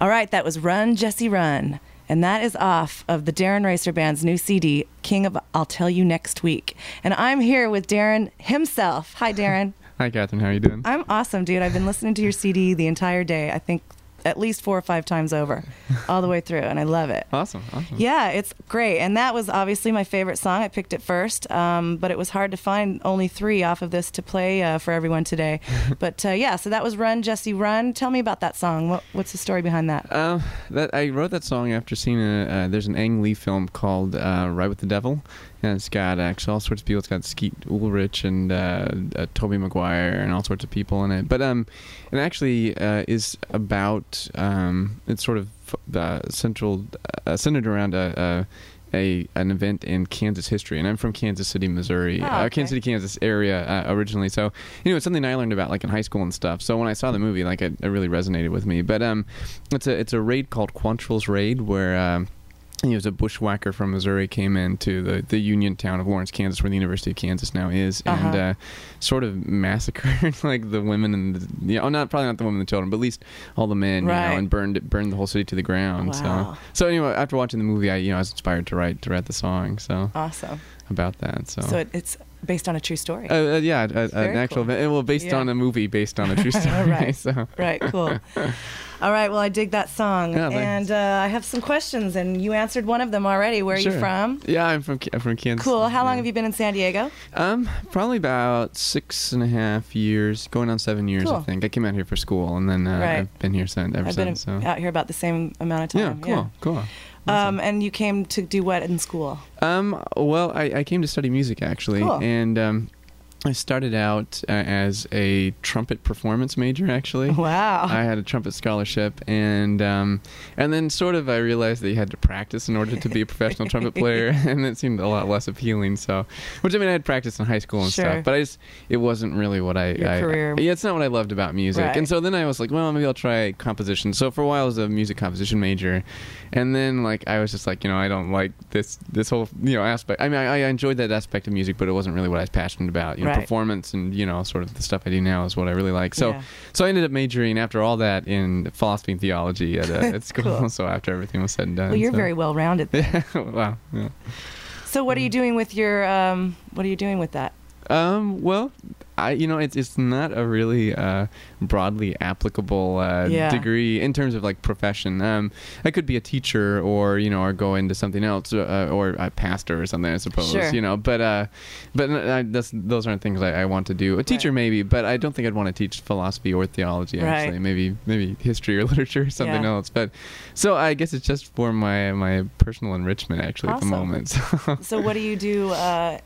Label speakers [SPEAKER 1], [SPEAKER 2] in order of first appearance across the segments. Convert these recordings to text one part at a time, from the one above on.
[SPEAKER 1] All right, that was Run Jesse Run. And that is off of the Darren Racer Band's new CD, King of I'll Tell You Next Week. And I'm here with Darren himself. Hi, Darren.
[SPEAKER 2] Hi, Catherine. How are you doing?
[SPEAKER 1] I'm awesome, dude. I've been listening to your CD the entire day. I think at least four or five times over, all the way through, and I love it.
[SPEAKER 2] awesome. Awesome.
[SPEAKER 1] Yeah, it's great. And that was obviously my favorite song. I picked it first, um, but it was hard to find only three off of this to play uh, for everyone today. but uh, yeah, so that was Run, Jesse, Run. Tell me about that song. What, what's the story behind that?
[SPEAKER 2] Um, that I wrote that song after seeing a, uh, there's an Ang Lee film called uh, Ride with the Devil, and it's got uh, actually all sorts of people. It's got Skeet Ulrich and uh, uh, Toby Maguire and all sorts of people in it. But um, it actually uh, is about um, it's sort of uh, central uh, centered around a. a a, an event in Kansas history, and I'm from Kansas City, Missouri,
[SPEAKER 1] Oh,
[SPEAKER 2] uh,
[SPEAKER 1] okay.
[SPEAKER 2] Kansas City, Kansas area uh, originally. So, you know, it's something I learned about like in high school and stuff. So when I saw the movie, like it, it really resonated with me. But um, it's a it's a raid called Quantrill's Raid where um, he was a bushwhacker from Missouri came into the the Union town of Lawrence, Kansas, where the University of Kansas now is, and
[SPEAKER 1] Uh-huh.
[SPEAKER 2] uh, sort of massacred like the women and the, you know, not probably not the women and the children, but at least all the men, you
[SPEAKER 1] Right.
[SPEAKER 2] know, and burned it burned the whole city to the ground.
[SPEAKER 1] Wow.
[SPEAKER 2] So so anyway, after watching the movie, I you know I was inspired to write to write the song. So
[SPEAKER 1] Awesome.
[SPEAKER 2] about that. So.
[SPEAKER 1] So it, it's based on a true story.
[SPEAKER 2] Oh. uh, uh, yeah, a, a,
[SPEAKER 1] Very
[SPEAKER 2] an actual
[SPEAKER 1] cool.
[SPEAKER 2] event. Well, based
[SPEAKER 1] Yeah.
[SPEAKER 2] on a movie, based on a true story.
[SPEAKER 1] Right.
[SPEAKER 2] So,
[SPEAKER 1] right, cool. All right, well, I dig that song.
[SPEAKER 2] Yeah,
[SPEAKER 1] and
[SPEAKER 2] thanks.
[SPEAKER 1] uh, I have some questions, and you answered one of them already. Where are you
[SPEAKER 2] Sure.
[SPEAKER 1] from?
[SPEAKER 2] Yeah, I'm from Ca- I'm from Kansas.
[SPEAKER 1] Cool. How
[SPEAKER 2] Yeah.
[SPEAKER 1] long have you been in San Diego?
[SPEAKER 2] Um, probably about six and a half years, going on seven years,
[SPEAKER 1] Cool.
[SPEAKER 2] I think. I came out here for school, and then uh,
[SPEAKER 1] Right.
[SPEAKER 2] I've been here since ever
[SPEAKER 1] I've been
[SPEAKER 2] since. so.
[SPEAKER 1] out here about the same amount of
[SPEAKER 2] yeah,
[SPEAKER 1] time.
[SPEAKER 2] cool, cool.
[SPEAKER 1] Um, and you came to do what in school?
[SPEAKER 2] Um, well, I, I came to study music actually,
[SPEAKER 1] Cool.
[SPEAKER 2] and um, I started out uh, as a trumpet performance major actually.
[SPEAKER 1] Wow.
[SPEAKER 2] I had a trumpet scholarship, and um, and then sort of I realized that you had to practice in order to be a professional trumpet player, and it seemed a lot less appealing. So, which I mean, I had practiced in high school and
[SPEAKER 1] Sure.
[SPEAKER 2] stuff, but I just it wasn't really what I,
[SPEAKER 1] Your
[SPEAKER 2] I-
[SPEAKER 1] career.
[SPEAKER 2] yeah, it's not what I loved about music.
[SPEAKER 1] Right.
[SPEAKER 2] And so then I was like, well, maybe I'll try composition. So for a while I was a music composition major, and then like I was just like, you know, I don't like this this whole you know aspect. I mean, I, I enjoyed that aspect of music, but it wasn't really what I was passionate about. You know,
[SPEAKER 1] Right.
[SPEAKER 2] performance and you know sort of the stuff I do now is what I really like. So.
[SPEAKER 1] Yeah.
[SPEAKER 2] So I ended up majoring after all that in philosophy and theology at, uh, at school.
[SPEAKER 1] Cool.
[SPEAKER 2] So after everything was said and done.
[SPEAKER 1] well, you're
[SPEAKER 2] so-
[SPEAKER 1] very well rounded.
[SPEAKER 2] wow. yeah.
[SPEAKER 1] So, what are you doing with your? Um, what are you doing with that?
[SPEAKER 2] Um. Well, I you know it's it's not a really uh, broadly applicable uh,
[SPEAKER 1] Yeah.
[SPEAKER 2] degree in terms of like profession. Um, I could be a teacher or you know or go into something else uh, or a pastor or something. I suppose
[SPEAKER 1] Sure.
[SPEAKER 2] you know. But uh, but I, that's, those aren't things I, I want to do. A teacher
[SPEAKER 1] Right.
[SPEAKER 2] maybe, but I don't think I'd want to teach philosophy or theology.
[SPEAKER 1] Right.
[SPEAKER 2] Actually, maybe maybe history or literature or something
[SPEAKER 1] Yeah.
[SPEAKER 2] else. But so I guess it's just for my my personal enrichment actually
[SPEAKER 1] Awesome.
[SPEAKER 2] at the moment. So.
[SPEAKER 1] So, what do you do uh,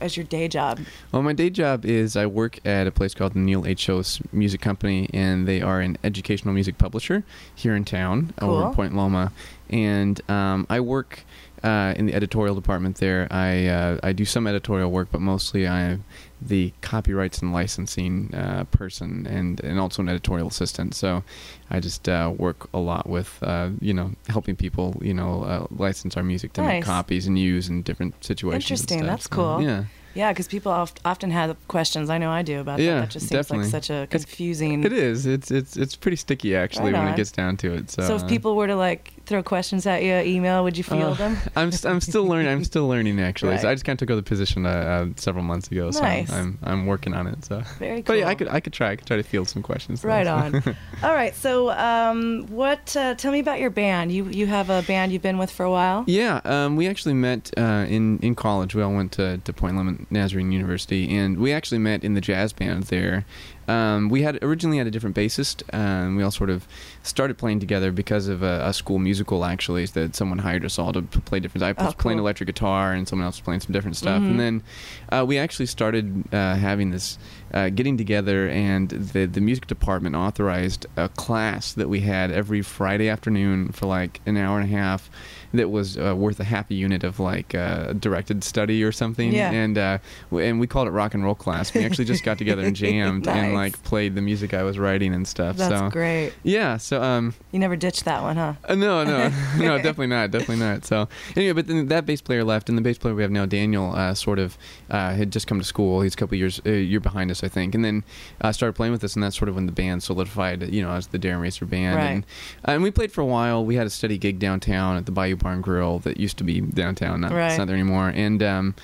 [SPEAKER 1] as your day job?
[SPEAKER 2] Well, my day job is I work at a place called the Neil H. O's Music Company, and they are an educational music publisher here in town over
[SPEAKER 1] Cool.
[SPEAKER 2] in Point Loma. And um, I work uh, in the editorial department there. I uh, I do some editorial work, but mostly I'm the copyrights and licensing uh, person, and and also an editorial assistant. So I just uh, work a lot with uh, you know helping people you know uh, license our music to
[SPEAKER 1] Nice.
[SPEAKER 2] make copies and use in different situations. and
[SPEAKER 1] Interesting.
[SPEAKER 2] stuff.
[SPEAKER 1] That's
[SPEAKER 2] So,
[SPEAKER 1] cool.
[SPEAKER 2] Yeah.
[SPEAKER 1] Yeah, because people oft- often have questions. I know I do about
[SPEAKER 2] Yeah,
[SPEAKER 1] that. That just seems
[SPEAKER 2] definitely.
[SPEAKER 1] like such a
[SPEAKER 2] It's-
[SPEAKER 1] confusing.
[SPEAKER 2] It is. It's it's it's pretty sticky actually
[SPEAKER 1] Right
[SPEAKER 2] when
[SPEAKER 1] on.
[SPEAKER 2] it gets down to it. So,
[SPEAKER 1] So, if
[SPEAKER 2] uh,
[SPEAKER 1] people were to like throw questions at you, email, would you feel
[SPEAKER 2] Uh,
[SPEAKER 1] them?
[SPEAKER 2] I'm st- I'm still learning. I'm still learning actually. So
[SPEAKER 1] Right.
[SPEAKER 2] I just kind of took over the position uh, uh, several months ago. So
[SPEAKER 1] Nice.
[SPEAKER 2] I'm I'm working on it. So.
[SPEAKER 1] Very cool.
[SPEAKER 2] But yeah, I could I could try. I could try to field some questions. though,
[SPEAKER 1] Right
[SPEAKER 2] so.
[SPEAKER 1] on. All right. So, um, what? Uh, tell me about your band. You you have a band you've been with for a while.
[SPEAKER 2] Yeah, um, we actually met uh, in in college. We all went to, to Point Loma Nazarene University, and we actually met in the jazz band there. Um, we had originally had a different bassist. Um, we all sort of started playing together because of a, a school musical. Actually, that someone hired us all to p- play different. I
[SPEAKER 1] Oh,
[SPEAKER 2] was playing
[SPEAKER 1] cool.
[SPEAKER 2] electric guitar, and someone else was playing some different stuff.
[SPEAKER 1] Mhm.
[SPEAKER 2] And then uh, we actually started uh, having this uh, getting together, and the the music department authorized a class that we had every Friday afternoon for like an hour and a half that was uh, worth a half a unit of like uh, directed study or something.
[SPEAKER 1] Yeah.
[SPEAKER 2] And uh, w- and we called it rock and roll class. We actually just got together and jammed, and and
[SPEAKER 1] Nice.
[SPEAKER 2] like played the music I was writing and stuff.
[SPEAKER 1] That's
[SPEAKER 2] so
[SPEAKER 1] great.
[SPEAKER 2] yeah, so um,
[SPEAKER 1] You never ditched that one, huh?
[SPEAKER 2] uh, no, no, no, definitely not, definitely not. So anyway, but then that bass player left, and the bass player we have now, Daniel, uh, sort of uh, had just come to school. He's a couple years uh, year behind us, I think, and then uh, started playing with us, and that's sort of when the band solidified, you know, as the Darren Racer band.
[SPEAKER 1] Right.
[SPEAKER 2] And, Uh, and we played for a while. We had a steady gig downtown at the Bayou Barn Grill that used to be downtown, not,
[SPEAKER 1] Right.
[SPEAKER 2] it's not there anymore, and um,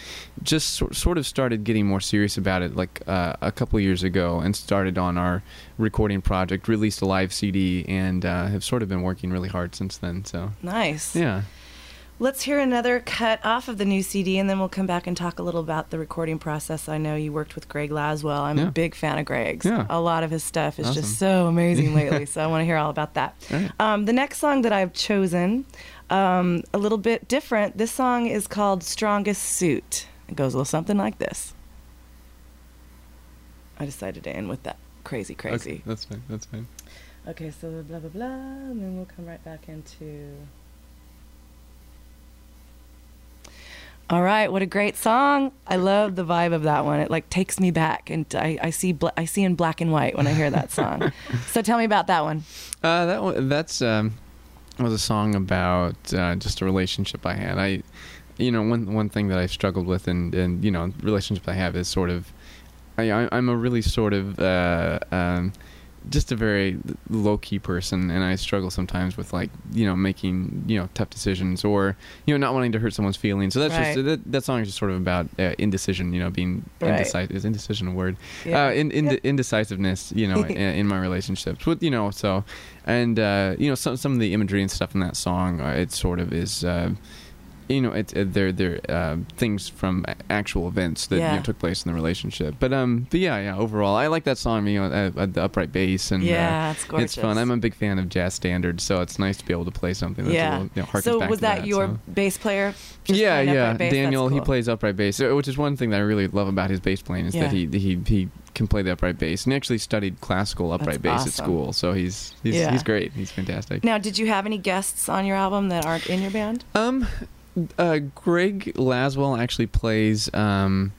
[SPEAKER 2] just sor- sort of started getting more serious about it like uh, a couple years ago, and started on our recording project, released a live CD, and uh, have sort of been working really hard since then. So,
[SPEAKER 1] Nice.
[SPEAKER 2] yeah.
[SPEAKER 1] Let's hear another cut off of the new CD, and then we'll come back and talk a little about the recording process. I know you worked with Greg Laswell. I'm
[SPEAKER 2] Yeah.
[SPEAKER 1] a big fan of Greg's.
[SPEAKER 2] Yeah.
[SPEAKER 1] A lot of his stuff is
[SPEAKER 2] Awesome.
[SPEAKER 1] just so amazing lately, so I want to hear all about that.
[SPEAKER 2] All right.
[SPEAKER 1] Um, the next song that I've chosen, um, a little bit different. This song is called Strongest Suit. It goes a little something like this. I decided to end with that crazy, crazy.
[SPEAKER 2] Okay, that's fine. That's fine.
[SPEAKER 1] Okay, so blah blah blah, and then we'll come right back into. All right, what a great song! I love the vibe of that one. It like takes me back, and I, I see bla- I see in black and white when I hear that song. so tell me about that one.
[SPEAKER 2] Uh, that one, that's um, was a song about uh, just a relationship I had. I, you know, one one thing that I've struggled with, and and you know, relationship I have is sort of, I, I I'm a really sort of. Uh, um, just a very low key person, and I struggle sometimes with like you know making you know tough decisions or you know not wanting to hurt someone's feelings. So that's
[SPEAKER 1] Right.
[SPEAKER 2] just that, that song is just sort of about uh, indecision. You know, being
[SPEAKER 1] Right.
[SPEAKER 2] indecisive is indecision a word?
[SPEAKER 1] Yeah.
[SPEAKER 2] uh, in, in indecisiveness, you know, in, in my relationships with you know, so and uh, you know, some some of the imagery and stuff in that song, uh, it sort of is. Uh, you know, it, it, they're they're uh, things from a- actual events that you know,
[SPEAKER 1] Yeah.
[SPEAKER 2] took place in the relationship. But um, but yeah, yeah. Overall, I like that song. You know, uh, uh, the upright bass and uh,
[SPEAKER 1] yeah, it's gorgeous.
[SPEAKER 2] it's fun. I'm a big fan of jazz standards, so it's nice to be able to play something that's
[SPEAKER 1] yeah.
[SPEAKER 2] a little, you know, harkens
[SPEAKER 1] so
[SPEAKER 2] back
[SPEAKER 1] was
[SPEAKER 2] to
[SPEAKER 1] that,
[SPEAKER 2] that
[SPEAKER 1] your
[SPEAKER 2] so.
[SPEAKER 1] bass player? just
[SPEAKER 2] Yeah,
[SPEAKER 1] playing
[SPEAKER 2] yeah.
[SPEAKER 1] upright bass? That's
[SPEAKER 2] Daniel, he
[SPEAKER 1] cool.
[SPEAKER 2] plays upright bass, uh, which is one thing that I really love about his bass playing is that he,
[SPEAKER 1] Yeah.
[SPEAKER 2] he he can play the upright bass. And he actually studied classical upright bass at
[SPEAKER 1] awesome.
[SPEAKER 2] school, so he's he's,
[SPEAKER 1] Yeah.
[SPEAKER 2] he's great. He's fantastic.
[SPEAKER 1] Now, did you have any guests on your album that aren't in your band?
[SPEAKER 2] Um, uh, Greg Laswell actually plays um,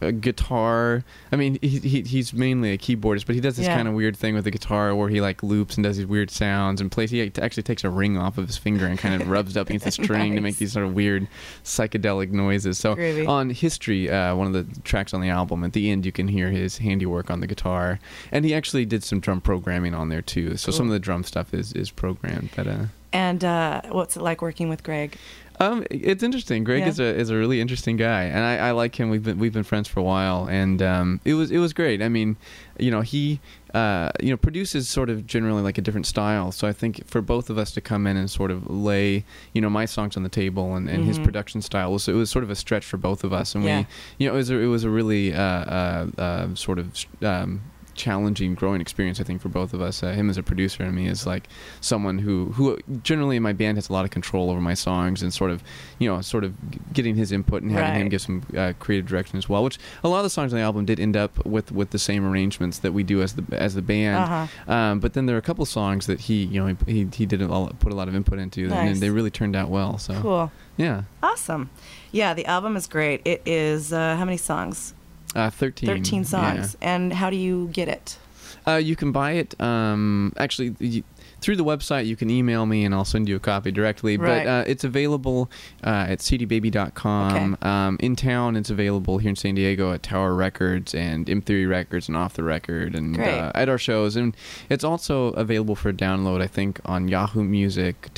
[SPEAKER 2] a guitar. I mean, he, he he's mainly a keyboardist, but he does this
[SPEAKER 1] Yeah.
[SPEAKER 2] kind of weird thing with the guitar where he like loops and does these weird sounds and plays. He act- actually takes a ring off of his finger and kind of rubs it up against the string to make
[SPEAKER 1] Nice.
[SPEAKER 2] these sort of weird psychedelic noises. So
[SPEAKER 1] Groovy.
[SPEAKER 2] on History, uh, one of the tracks on the album, at the end you can hear his handiwork on the guitar, and he actually did some drum programming on there too. So
[SPEAKER 1] Cool.
[SPEAKER 2] some of the drum stuff is is programmed, but. Uh,
[SPEAKER 1] And uh, what's it like working with Greg?
[SPEAKER 2] um, it's interesting. Greg
[SPEAKER 1] Yeah.
[SPEAKER 2] is a is a really interesting guy, and I, I like him. We've been we've been friends for a while, and um, it was it was great. I mean, you know, he uh, you know produces sort of generally like a different style. So I think for both of us to come in and sort of lay you know my songs on the table and, and his
[SPEAKER 1] Mhm.
[SPEAKER 2] production style was it was sort of a stretch for both of us, and
[SPEAKER 1] Yeah.
[SPEAKER 2] we you know it was a, it was a really uh, uh, uh, sort of. Um, challenging growing experience i think for both of us uh, him as a producer and me as like someone who who generally in my band has a lot of control over my songs and sort of you know sort of g- getting his input and having him
[SPEAKER 1] Right.
[SPEAKER 2] give some uh, creative direction as well which a lot of the songs on the album did end up with with the same arrangements that we do as the as the band
[SPEAKER 1] Uh-huh.
[SPEAKER 2] um, but then there are a couple songs that he you know he, he, he did a lot, put a lot of input into
[SPEAKER 1] Nice.
[SPEAKER 2] and they really turned out well so
[SPEAKER 1] Cool.
[SPEAKER 2] yeah
[SPEAKER 1] Awesome. Yeah, the album is great. It is uh, how many songs?
[SPEAKER 2] uh, 13
[SPEAKER 1] 13 songs. And how do you get it?
[SPEAKER 2] Uh, you can buy it. Um, actually, you, through the website, you can email me and I'll send you a copy directly.
[SPEAKER 1] Right.
[SPEAKER 2] But uh, it's available uh, at cdbaby.com. Um, in town, it's available here in San Diego at Tower Records and M3 Records and Off the Record and
[SPEAKER 1] Great.
[SPEAKER 2] uh, at our shows. And it's also available for download, I think, on Yahoo Music,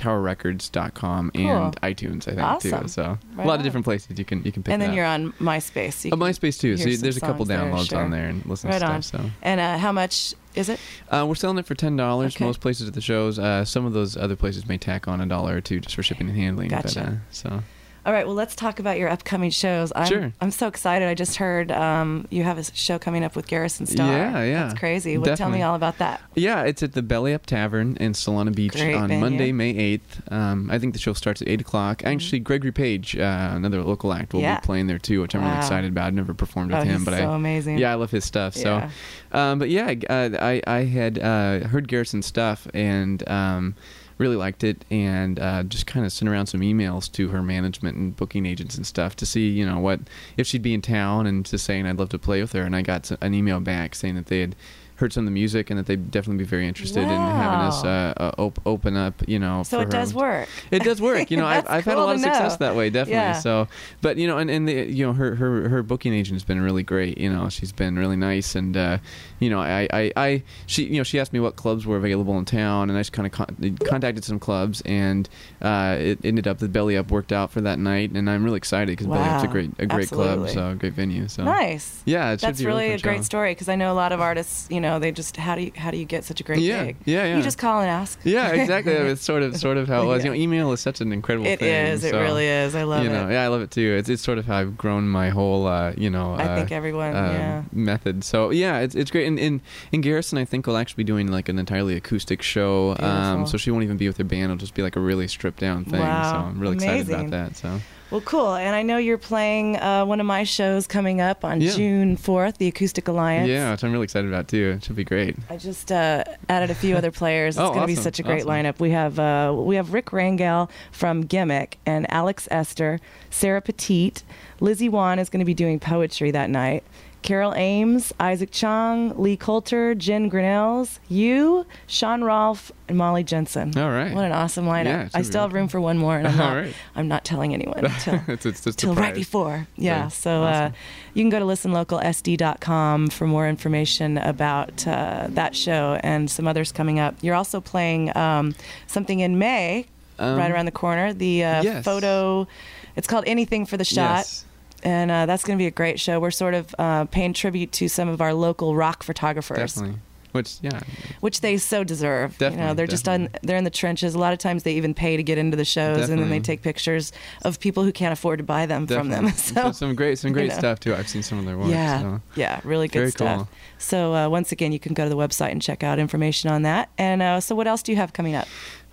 [SPEAKER 2] TowerRecords.com, and iTunes, I think,
[SPEAKER 1] Awesome.
[SPEAKER 2] too. So
[SPEAKER 1] Right
[SPEAKER 2] a lot
[SPEAKER 1] on.
[SPEAKER 2] of different places you can you can pick
[SPEAKER 1] and
[SPEAKER 2] it
[SPEAKER 1] then
[SPEAKER 2] up.
[SPEAKER 1] you're on MySpace. so you
[SPEAKER 2] Uh,
[SPEAKER 1] can-
[SPEAKER 2] MySpace too. So
[SPEAKER 1] hear
[SPEAKER 2] you-
[SPEAKER 1] some
[SPEAKER 2] there's a couple
[SPEAKER 1] songs there,
[SPEAKER 2] downloads
[SPEAKER 1] sure.
[SPEAKER 2] on there and listen
[SPEAKER 1] Right
[SPEAKER 2] to
[SPEAKER 1] on.
[SPEAKER 2] stuff. So
[SPEAKER 1] And uh, how much is it?
[SPEAKER 2] uh, we're selling it for ten dollars.
[SPEAKER 1] Okay.
[SPEAKER 2] Most places at the shows. Uh, some of those other places may tack on a dollar or two just for shipping and handling.
[SPEAKER 1] Gotcha.
[SPEAKER 2] But, uh, so
[SPEAKER 1] All right, well, let's talk about your upcoming shows. I'm,
[SPEAKER 2] Sure.
[SPEAKER 1] I'm so excited. I just heard um, you have a s- show coming up with Garrison Star.
[SPEAKER 2] Yeah, yeah.
[SPEAKER 1] That's crazy. Well, tell me
[SPEAKER 2] Definitely.
[SPEAKER 1] all about that.
[SPEAKER 2] yeah, it's at the Belly Up Tavern in Solana Beach
[SPEAKER 1] Great
[SPEAKER 2] on
[SPEAKER 1] venue. Mm-hmm.
[SPEAKER 2] Monday, May eighth. Um, I think the show starts at eight o'clock. Actually, Gregory Page, uh, another local act, will
[SPEAKER 1] Yeah.
[SPEAKER 2] be playing there too, which I'm
[SPEAKER 1] Wow.
[SPEAKER 2] really excited about. I've never performed with
[SPEAKER 1] oh,
[SPEAKER 2] him,
[SPEAKER 1] he's
[SPEAKER 2] but
[SPEAKER 1] so
[SPEAKER 2] I
[SPEAKER 1] amazing.
[SPEAKER 2] Yeah, I love his stuff.
[SPEAKER 1] Yeah.
[SPEAKER 2] So, um, but yeah, uh, I I had uh, heard Garrison's stuff and um, really liked it, and uh, just kind of sent around some emails to her management and booking agents and stuff to see you know what if she'd be in town, and just saying I'd love to play with her. And I got s- an email back saying that they had heard some of the music and that they'd definitely be very interested in having us uh, uh, op- open up. You know,
[SPEAKER 1] So
[SPEAKER 2] for
[SPEAKER 1] it
[SPEAKER 2] her.
[SPEAKER 1] does work.
[SPEAKER 2] It does work. You know, I've,
[SPEAKER 1] That's
[SPEAKER 2] I've had a
[SPEAKER 1] cool
[SPEAKER 2] lot
[SPEAKER 1] to
[SPEAKER 2] of success
[SPEAKER 1] know.
[SPEAKER 2] that way, definitely.
[SPEAKER 1] Yeah.
[SPEAKER 2] So, but you know, and and the, you know, her her her booking agent has been really great. You know, she's been really nice, and uh, you know, I, I I she you know she asked me what clubs were available in town, and I just kind of con- contacted some clubs, and uh, it ended up the Belly Up worked out for that night, and I'm really excited because Belly Up's a
[SPEAKER 1] Wow.
[SPEAKER 2] great a great club,
[SPEAKER 1] Absolutely.
[SPEAKER 2] so a great venue. So
[SPEAKER 1] Nice.
[SPEAKER 2] Yeah, it should
[SPEAKER 1] That's
[SPEAKER 2] be a
[SPEAKER 1] really
[SPEAKER 2] fun
[SPEAKER 1] a great
[SPEAKER 2] show.
[SPEAKER 1] story because I know a lot of artists. You know, they just how do you how do you get such a great
[SPEAKER 2] Yeah,
[SPEAKER 1] gig?
[SPEAKER 2] yeah, yeah.
[SPEAKER 1] You just call and ask.
[SPEAKER 2] Yeah, exactly. It's sort of sort of how it was.
[SPEAKER 1] Yeah.
[SPEAKER 2] You know, email is such an incredible
[SPEAKER 1] It is.
[SPEAKER 2] thing.
[SPEAKER 1] It
[SPEAKER 2] so,
[SPEAKER 1] really is. I love
[SPEAKER 2] you know,
[SPEAKER 1] it.
[SPEAKER 2] yeah, I love it too. It's it's sort of how I've grown my whole, uh, you know,
[SPEAKER 1] I
[SPEAKER 2] uh,
[SPEAKER 1] think everyone,
[SPEAKER 2] uh,
[SPEAKER 1] yeah.
[SPEAKER 2] method. So yeah, it's it's great. And, and and Garrison, I think, will actually be doing like an entirely acoustic show. Um,
[SPEAKER 1] Beautiful.
[SPEAKER 2] so she won't even be with her band. It'll just be like a really stripped down thing. So
[SPEAKER 1] Wow,
[SPEAKER 2] I'm really excited about
[SPEAKER 1] amazing.
[SPEAKER 2] that. So
[SPEAKER 1] Well, cool. And I know you're playing uh, one of my shows coming up on
[SPEAKER 2] Yeah.
[SPEAKER 1] June 4th, the Acoustic Alliance.
[SPEAKER 2] yeah, which I'm really excited about too. It should be great.
[SPEAKER 1] I just uh, added a few other players. It's
[SPEAKER 2] Oh,
[SPEAKER 1] going to be
[SPEAKER 2] awesome,
[SPEAKER 1] such a great
[SPEAKER 2] awesome.
[SPEAKER 1] lineup. We have uh, we have Rick Rangel from Gimmick and Alex Esther, Sarah Petit, Lizzie Wan is going to be doing poetry that night. Carol Ames, Isaac Chong, Lee Coulter, Jen Grinnells, you, Sean Rolfe, and Molly Jensen.
[SPEAKER 2] All right.
[SPEAKER 1] What an awesome lineup!
[SPEAKER 2] Yeah, it's
[SPEAKER 1] I
[SPEAKER 2] gonna be
[SPEAKER 1] still have
[SPEAKER 2] awesome.
[SPEAKER 1] room for one more, and I'm
[SPEAKER 2] All
[SPEAKER 1] not,
[SPEAKER 2] right.
[SPEAKER 1] I'm not telling anyone until
[SPEAKER 2] it's it's just
[SPEAKER 1] till right
[SPEAKER 2] surprise.
[SPEAKER 1] before. Yeah.
[SPEAKER 2] Right.
[SPEAKER 1] So
[SPEAKER 2] Awesome.
[SPEAKER 1] uh, you can go to listenlocalsd.com for more information about uh, that show and some others coming up. You're also playing um, something in May,
[SPEAKER 2] Um,
[SPEAKER 1] right around the corner. The uh,
[SPEAKER 2] yes.
[SPEAKER 1] photo, it's called Anything for the Shot.
[SPEAKER 2] Yes.
[SPEAKER 1] And uh, that's going to be a great show. We're sort of uh, paying tribute to some of our local rock photographers
[SPEAKER 2] Definitely. Which yeah,
[SPEAKER 1] which they so deserve. you
[SPEAKER 2] Definitely,
[SPEAKER 1] know, they're just on they're in the trenches. A lot of times they even pay to get into the shows, and then
[SPEAKER 2] Definitely.
[SPEAKER 1] they take pictures of people who can't afford to buy them
[SPEAKER 2] definitely.
[SPEAKER 1] from them. So,
[SPEAKER 2] some great some
[SPEAKER 1] you
[SPEAKER 2] great
[SPEAKER 1] know.
[SPEAKER 2] stuff too. I've seen some of their work.
[SPEAKER 1] yeah,
[SPEAKER 2] So.
[SPEAKER 1] yeah, really good
[SPEAKER 2] Very
[SPEAKER 1] stuff.
[SPEAKER 2] cool.
[SPEAKER 1] So uh, once again, you can go to the website and check out information on that. And uh, so, what else do you have coming up?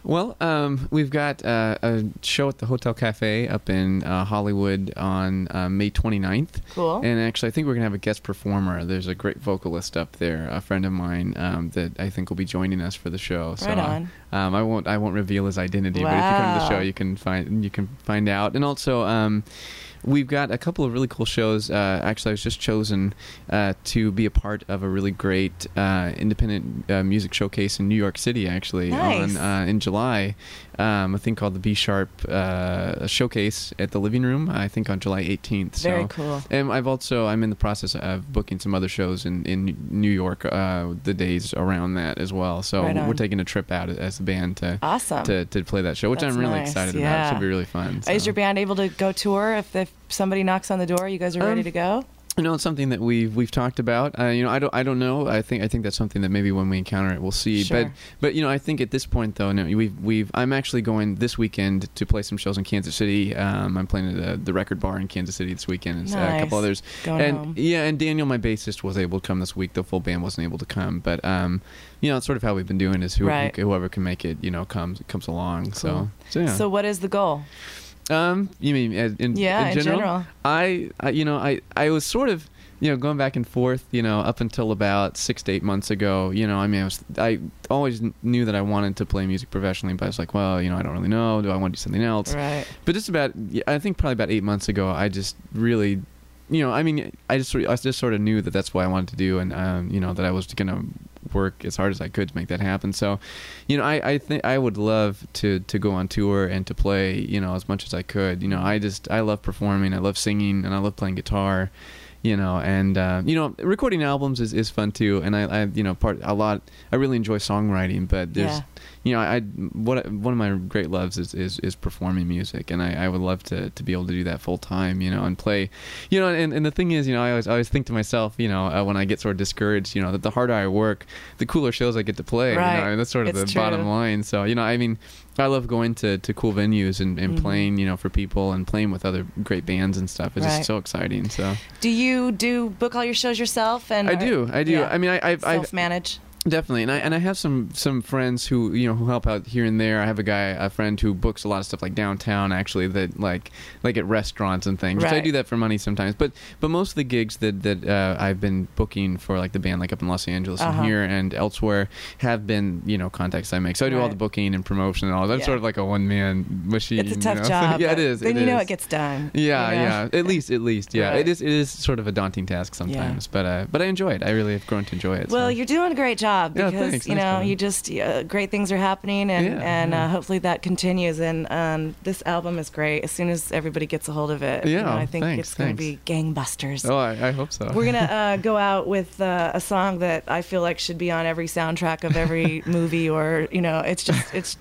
[SPEAKER 2] Well, um, we've got uh, a show at the Hotel Cafe up in uh, Hollywood on uh, May 29th.
[SPEAKER 1] Cool.
[SPEAKER 2] And actually, I think we're going to have a guest performer. There's a great vocalist up there, a friend of mine um, that I think will be joining us for the show. so,
[SPEAKER 1] Right on.
[SPEAKER 2] Um, I won't I won't reveal his identity, but if you come to the
[SPEAKER 1] Wow.
[SPEAKER 2] show, you can find you can find out. And also, um, we've got a couple of really cool shows. Uh, actually, I was just chosen uh, to be a part of a really great uh, independent uh, music showcase in New York City. Actually,
[SPEAKER 1] Nice.
[SPEAKER 2] on uh, in July, um, a thing called the B Sharp uh, Showcase at the Living Room. I think on July 18th.
[SPEAKER 1] Very
[SPEAKER 2] so.
[SPEAKER 1] cool.
[SPEAKER 2] And I've also I'm in the process of booking some other shows in in New York uh, the days around that as well. So
[SPEAKER 1] Right on.
[SPEAKER 2] we're taking a trip out as a band to
[SPEAKER 1] Awesome.
[SPEAKER 2] to, to play that show, which
[SPEAKER 1] That's
[SPEAKER 2] I'm really
[SPEAKER 1] nice,
[SPEAKER 2] excited about. It
[SPEAKER 1] yeah.
[SPEAKER 2] should be really fun. so.
[SPEAKER 1] Is your band able to go tour if, if somebody knocks on the door? You guys are ready
[SPEAKER 2] Um,
[SPEAKER 1] to go?
[SPEAKER 2] You know, it's something that we've we've talked about. Uh, you know, I don't I don't know. I think I think that's something that maybe when we encounter it, we'll see.
[SPEAKER 1] Sure.
[SPEAKER 2] But but you know, I think at this point though, no, we've we've I'm actually going this weekend to play some shows in Kansas City. Um, I'm playing at uh, the Record Bar in Kansas City this weekend and uh, a
[SPEAKER 1] Nice.
[SPEAKER 2] couple others.
[SPEAKER 1] Going
[SPEAKER 2] and
[SPEAKER 1] home.
[SPEAKER 2] yeah, and Daniel, my bassist, was able to come this week. The full band wasn't able to come, but um, you know, it's sort of how we've been doing is who,
[SPEAKER 1] Right.
[SPEAKER 2] whoever can make it, you know, comes comes along. So
[SPEAKER 1] Cool.
[SPEAKER 2] so yeah.
[SPEAKER 1] So, what is the goal?
[SPEAKER 2] Um, you mean as- in,
[SPEAKER 1] Yeah,
[SPEAKER 2] in
[SPEAKER 1] in
[SPEAKER 2] general?
[SPEAKER 1] general.
[SPEAKER 2] I, I, you know, I, I was sort of, you know, going back and forth, you know, up until about six to eight months ago. You know, I mean, I was, I always kn- knew that I wanted to play music professionally, but I was like, well, you know, I don't really know. Do I want to do something else?
[SPEAKER 1] Right.
[SPEAKER 2] But just about, yeah, I think probably about eight months ago, I just really, you know, I mean, I just, sort- I just sort of knew that that's what I wanted to do, and um, you know, that I was gonna work as hard as I could to make that happen. So, you know, I, I think I would love to to go on tour and to play, you know, as much as I could. You know, I just, I love performing, I love singing, and I love playing guitar. You know, and uh, you know, recording albums is, is fun too. And I, I, you know, part a lot. I really enjoy songwriting, but there's
[SPEAKER 1] Yeah.
[SPEAKER 2] you know, I, I what I- one of my great loves is, is, is performing music, and I, I would love to, to be able to do that full time, you know, and play, you know, and, and the thing is, you know, I always I always think to myself, you know, uh, when I get sort of discouraged, you know, that the harder I work, the cooler shows I get to play, you
[SPEAKER 1] Right.
[SPEAKER 2] know, and that's sort of
[SPEAKER 1] It's
[SPEAKER 2] the bottom
[SPEAKER 1] true.
[SPEAKER 2] line. So, you know, I mean, I love going to, to cool venues and, and
[SPEAKER 1] Mhm.
[SPEAKER 2] playing, you know, for people and playing with other great bands and stuff. It's
[SPEAKER 1] Right.
[SPEAKER 2] just so exciting. So
[SPEAKER 1] Do you do book all your shows yourself? And
[SPEAKER 2] I
[SPEAKER 1] are-
[SPEAKER 2] do, I do.
[SPEAKER 1] Yeah.
[SPEAKER 2] I mean, I, I've, I've
[SPEAKER 1] self manage.
[SPEAKER 2] Definitely, and I and I have some some friends who you know who help out here and there. I have a guy, a friend who books a lot of stuff like downtown, actually, that like like at restaurants and things. Which I
[SPEAKER 1] Right.
[SPEAKER 2] do that for money sometimes, but but most of the gigs that that uh, I've been booking for like the band, like up in Los Angeles
[SPEAKER 1] Uh-huh.
[SPEAKER 2] and here and elsewhere, have been you know contacts I make. So I do all
[SPEAKER 1] Right.
[SPEAKER 2] the booking and promotion and all. I'm
[SPEAKER 1] Yeah.
[SPEAKER 2] sort of like a one man machine.
[SPEAKER 1] It's a
[SPEAKER 2] you
[SPEAKER 1] tough
[SPEAKER 2] know?
[SPEAKER 1] job.
[SPEAKER 2] yeah, it
[SPEAKER 1] but
[SPEAKER 2] is.
[SPEAKER 1] Then you know
[SPEAKER 2] is.
[SPEAKER 1] it gets done.
[SPEAKER 2] Yeah,
[SPEAKER 1] you know?
[SPEAKER 2] yeah. At least, at least, yeah.
[SPEAKER 1] Right.
[SPEAKER 2] It is, it is sort of a daunting task sometimes, but uh, but I enjoy it. I really have grown to enjoy it.
[SPEAKER 1] Well,
[SPEAKER 2] so.
[SPEAKER 1] you're doing a great job
[SPEAKER 2] Yeah,
[SPEAKER 1] because
[SPEAKER 2] thanks,
[SPEAKER 1] you
[SPEAKER 2] thanks,
[SPEAKER 1] know
[SPEAKER 2] Kevin.
[SPEAKER 1] you just uh, great things are happening, and
[SPEAKER 2] Yeah,
[SPEAKER 1] and
[SPEAKER 2] yeah.
[SPEAKER 1] Uh, hopefully that continues. And um, this album is great. As soon as everybody gets a hold of it, you
[SPEAKER 2] Yeah,
[SPEAKER 1] know, I think
[SPEAKER 2] thanks,
[SPEAKER 1] it's going
[SPEAKER 2] thanks.
[SPEAKER 1] to be gangbusters.
[SPEAKER 2] Oh, I, I hope so.
[SPEAKER 1] We're gonna uh, go out with uh, a song that I feel like should be on every soundtrack of every movie, or you know, it's just it's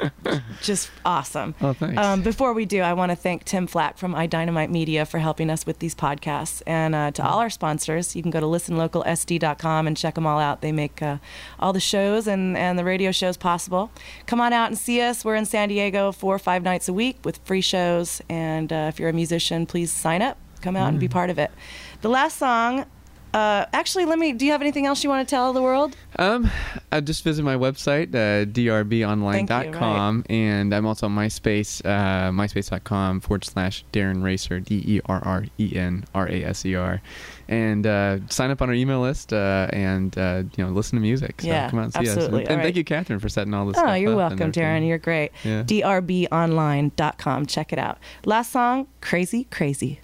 [SPEAKER 1] just awesome.
[SPEAKER 2] Oh, thanks.
[SPEAKER 1] Um, before we do, I want to thank Tim Flack from iDynamite Media for helping us with these podcasts, and uh, to all our sponsors. You can go to listenlocalsd.com and check them all out. They make uh, all the shows and and the radio shows possible. Come on out and see us. We're in San Diego four or five nights a week with free shows, and uh, if you're a musician, please sign up. Come out and
[SPEAKER 2] Mm.
[SPEAKER 1] be part of it. The last song uh, actually, let me. Do you have anything else you want to tell the world?
[SPEAKER 2] Um, I just visit my website, uh, drbonline.com, and I'm also on MySpace, uh, myspace.com forward slash Darren Racer, D E R R E N R A S E R. And uh, sign up on our email list uh, and uh, you know listen to music. So
[SPEAKER 1] Yeah,
[SPEAKER 2] come out and see us. And,
[SPEAKER 1] absolutely.
[SPEAKER 2] and
[SPEAKER 1] All
[SPEAKER 2] thank
[SPEAKER 1] right.
[SPEAKER 2] you, Catherine, for setting all this
[SPEAKER 1] Oh,
[SPEAKER 2] stuff
[SPEAKER 1] you're
[SPEAKER 2] up and
[SPEAKER 1] welcome, Darren.
[SPEAKER 2] everything.
[SPEAKER 1] You're great.
[SPEAKER 2] Yeah.
[SPEAKER 1] drbonline.com. Check it out. Last song, Crazy, Crazy.